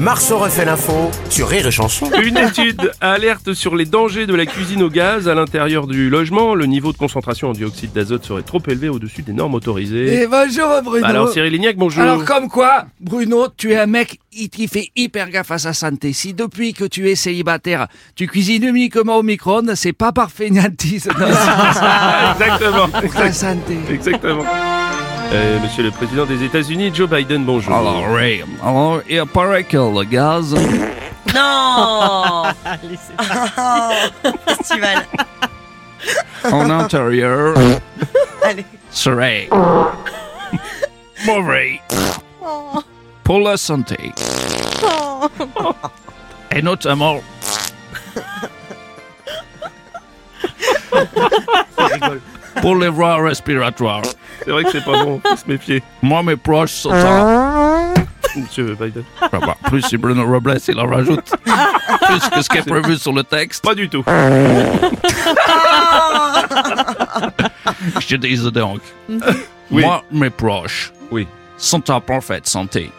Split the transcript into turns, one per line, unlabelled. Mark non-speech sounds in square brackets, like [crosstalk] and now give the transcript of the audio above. Marceau refait l'info sur Rire et Chanson.
Une étude alerte sur les dangers de la cuisine au gaz à l'intérieur du logement. Le niveau de concentration en dioxyde d'azote serait trop élevé au-dessus des normes autorisées. Bah
Et bonjour Bruno.
Alors Cyril Lignac, bonjour.
Alors, comme quoi, Bruno, tu es un mec i- qui fait hyper gaffe à sa santé. Si depuis que tu es célibataire, tu cuisines uniquement au micro-ondes, c'est pas par [laughs] fainéantise. Non,
Exactement. [laughs]
c'est pour ta santé.
Exactement. Euh, monsieur le président des États-Unis, Joe Biden, bonjour.
oui, alors il paraît que le gaz...
Non [laughs] Oh, Festival
en intérieur
Allez.
serait mauvais pour la santé et notamment pour les voies respiratoires.
C'est vrai que c'est pas bon, faut se méfier,
Moi, mes proches sont [laughs] en...
monsieur Biden.
Ah bah, plus si Bruno Robles, il en rajoute. Plus que ce qui est prévu sur le texte.
Pas du tout.
Je dis donc.
Oui.
Moi, mes proches
Oui.
sont en parfaite santé.